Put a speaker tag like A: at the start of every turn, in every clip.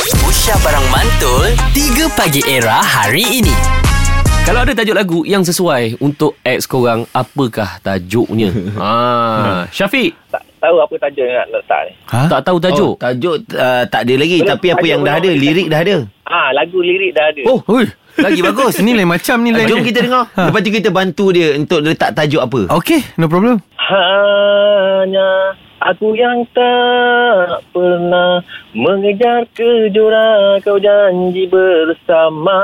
A: Aisyah Barang Mantul 3 Pagi Era hari ini
B: Kalau ada tajuk lagu yang sesuai untuk ex korang, apakah tajuknya? ah, Syafiq,
C: tak tahu apa tajuk yang nak letak ni.
B: ha? tak tahu tajuk.
D: Oh, tajuk uh, tak ada lagi
C: Belum,
D: tapi apa
C: tajuk
D: yang dah
C: belum
D: ada
C: ada.
D: lirik dah ada.
C: Ah, lagu lirik dah ada.
D: Oh, hui. Lagi bagus.
E: Ni lain macam ni lain.
D: Jom kita dengar. Ha. Lepas tu kita bantu dia untuk letak tajuk apa.
E: Okey, no problem.
C: Hanya aku yang tak pernah mengejar kejora kau janji bersama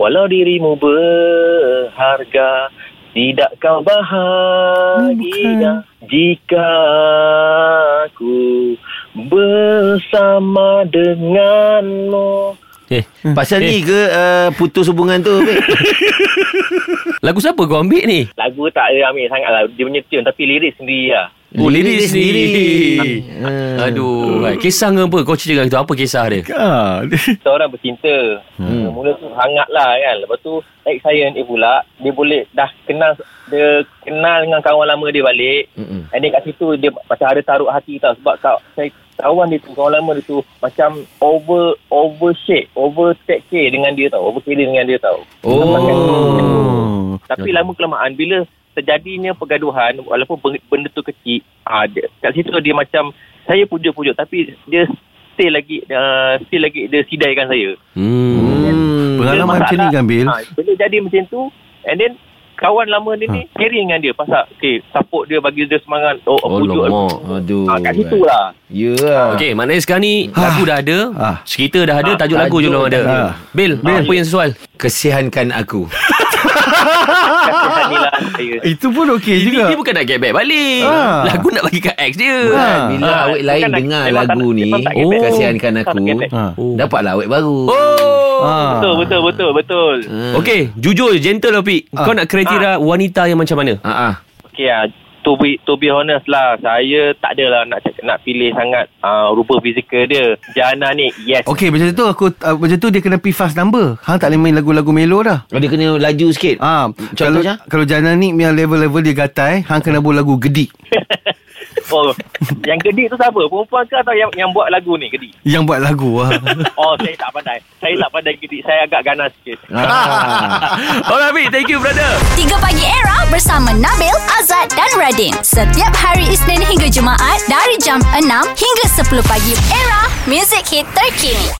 C: walau dirimu berharga tidak kau bahagia jika aku bersama denganmu
B: Eh,
D: Hmm. Pasal ni ke uh, putus hubungan tu? Fik?
B: lagu siapa kau ambil ni?
C: Lagu tak ada ambil sangat lah Dia punya tune Tapi lirik sendiri lah
B: Oh, lirik dia sendiri.
D: Ah.
B: Aduh, Hai, kisah dengan apa? Kau cerita dengan kita apa kisah dia?
E: Ah.
C: Seorang bercinta hmm. Mula tu hangat lah kan Lepas tu Ex saya ni pula Dia boleh Dah kenal Dia kenal dengan kawan lama dia balik
D: Mm-mm.
C: hmm. And then kat situ Dia macam ada taruh hati tau Sebab kau, saya, kawan dia tu Kawan lama dia tu Macam over Overshake Overtake care dengan dia tau Overcare dengan dia tau
E: Oh.
C: Tapi lama kelamaan bila terjadinya pergaduhan walaupun beng- benda tu kecil, ah dia, kat situ dia macam saya pujuk-pujuk tapi dia still lagi uh, still lagi dia sidaikan saya.
B: Hmm.
D: Hmm.
E: Pengalaman
C: Bila
E: macam ni
C: masalah-
E: Gambil.
C: Ha, bila jadi macam tu and then kawan lama dia
E: Ha.
C: ni sharing dengan dia pasal okay, support dia bagi dia semangat oh,
B: Oh,
C: pujuk
B: lemak.
D: Aduh.
C: ha, kat situ lah
D: Ya. Yeah.
B: Okey, maknanya sekarang ni lagu dah ada,
E: Ah.
B: cerita dah ada, tajuk lagu je
D: tajuk
B: belum ada.
D: dah
E: ada.
B: Bil, apa yang sesuai?
D: Kesihankan aku.
C: Inilah lah saya
E: Itu pun okey
B: Ini
E: juga.
B: dia bukan nak get back balik.
E: Ah.
B: Lagu nak bagi kat ex dia.
E: Ah.
B: kan?
D: Bila
C: Ah,
D: awet lain
C: memang tak-
D: dengar
C: memang tak-
D: lagu ni,
C: memang tak
D: oh,
C: kebek.
D: kasihankan
C: Memang tak
D: aku.
C: kebek.
E: Ah.
B: Oh.
D: Dapatlah awet baru. Ha.
B: Oh.
E: Ah.
C: betul betul betul betul
B: Okey, jujur gentle Opik. Kau nak kriteria wanita yang macam mana?
D: Ha ah.
C: Okay lah. To be, to be honest lah, saya tak adalah nak cak- nak pilih sangat uh, rupa fizikal dia. Jana ni, yes.
E: Okey, macam tu aku uh, macam tu dia kena pi fast number. Hang tak boleh main lagu-lagu melo dah.
D: Oh, dia kena laju sikit.
E: Ah, kalau
D: Contohnya?
E: kalau Jana ni yang level-level dia gatai, hang kena buat lagu gedik.
C: Oh, yang gedik tu siapa? Perempuan ke atau yang, yang buat lagu ni gedik?
E: Yang buat lagu ah.
C: Oh, saya tak pandai. Saya tak pandai gedik. Saya agak ganas sikit.
B: Alright, Opik. Thank you, brother.
F: 3 Pagi Era bersama Nabil, Azad dan Radin. Setiap hari Isnin hingga Jumaat dari jam 6 hingga 10 pagi. Era, music hit terkini.